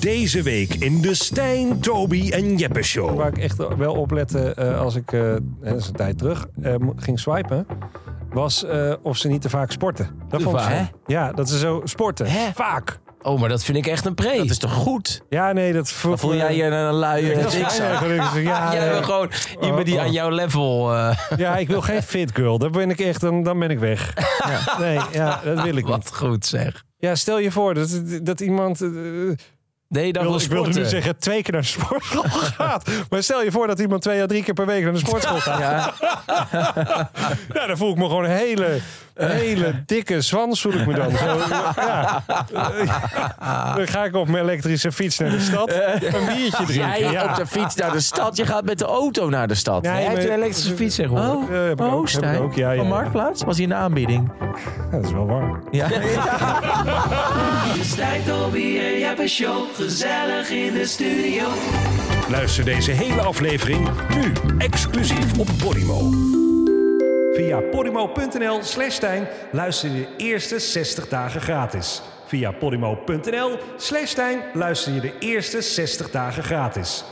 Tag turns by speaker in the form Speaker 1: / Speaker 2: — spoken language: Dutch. Speaker 1: Deze week in de Stijn, Toby en Jeppe Show.
Speaker 2: Waar ik echt wel op lette eh, als ik, eh, dat is een tijd terug, eh, mo- ging swipen. Was eh, of ze niet te vaak sporten. Dat
Speaker 3: Te
Speaker 2: vond ik
Speaker 3: vaak?
Speaker 2: zo. Ja, dat ze zo sporten.
Speaker 3: Hè?
Speaker 2: Vaak.
Speaker 3: Oh, maar dat vind ik echt een pre.
Speaker 4: Dat is toch goed?
Speaker 2: Ja, nee, dat
Speaker 3: Dan voel jij je een luie
Speaker 2: Dat is
Speaker 3: dikzak.
Speaker 2: fijn eigenlijk. Ja,
Speaker 3: Jij wil
Speaker 2: nee.
Speaker 3: gewoon iemand die
Speaker 2: oh.
Speaker 3: aan jouw level... eh,
Speaker 2: ja, ik wil geen fit girl. Dan ben ik echt, dan, dan ben ik weg. Ja. Nee, ja, dat wil ik niet.
Speaker 3: wat goed zeg.
Speaker 2: Ja, stel je voor dat, dat iemand... eh,
Speaker 3: Nee, dan
Speaker 2: wil-
Speaker 3: wil
Speaker 2: ik wilde
Speaker 3: sporten.
Speaker 2: nu zeggen twee keer naar de sportschool gaat. Maar stel je voor dat iemand twee à drie keer per week naar de sportschool gaat.
Speaker 3: Ja,
Speaker 2: Ja, dan voel ik me gewoon een hele, een hele dikke zwans voel ik me dan. Zo, ja. Dan ga ik op mijn elektrische fiets naar de stad. Een biertje
Speaker 4: Jij
Speaker 2: drinken. Ja.
Speaker 4: op de fiets naar de stad, je gaat met de auto naar de stad.
Speaker 2: Nee,
Speaker 3: hij
Speaker 2: maar- Oh.
Speaker 3: heeft een elektrische fiets zeg hoor.
Speaker 2: Ja, heb ik ook, heb ik
Speaker 4: Oh, Stijn.
Speaker 2: ook, ja, ja,
Speaker 4: Van
Speaker 2: ja.
Speaker 4: Marktplaats? Was hier een aanbieding?
Speaker 2: Ja, dat is wel warm.
Speaker 3: Ja.
Speaker 5: Stijn, Toby en Jeppe Show. Gezellig in de studio.
Speaker 1: Luister deze hele aflevering nu exclusief op Podimo. Via podimo.nl slash Stijn luister je de eerste 60 dagen gratis. Via podimo.nl slash Stijn luister je de eerste 60 dagen gratis.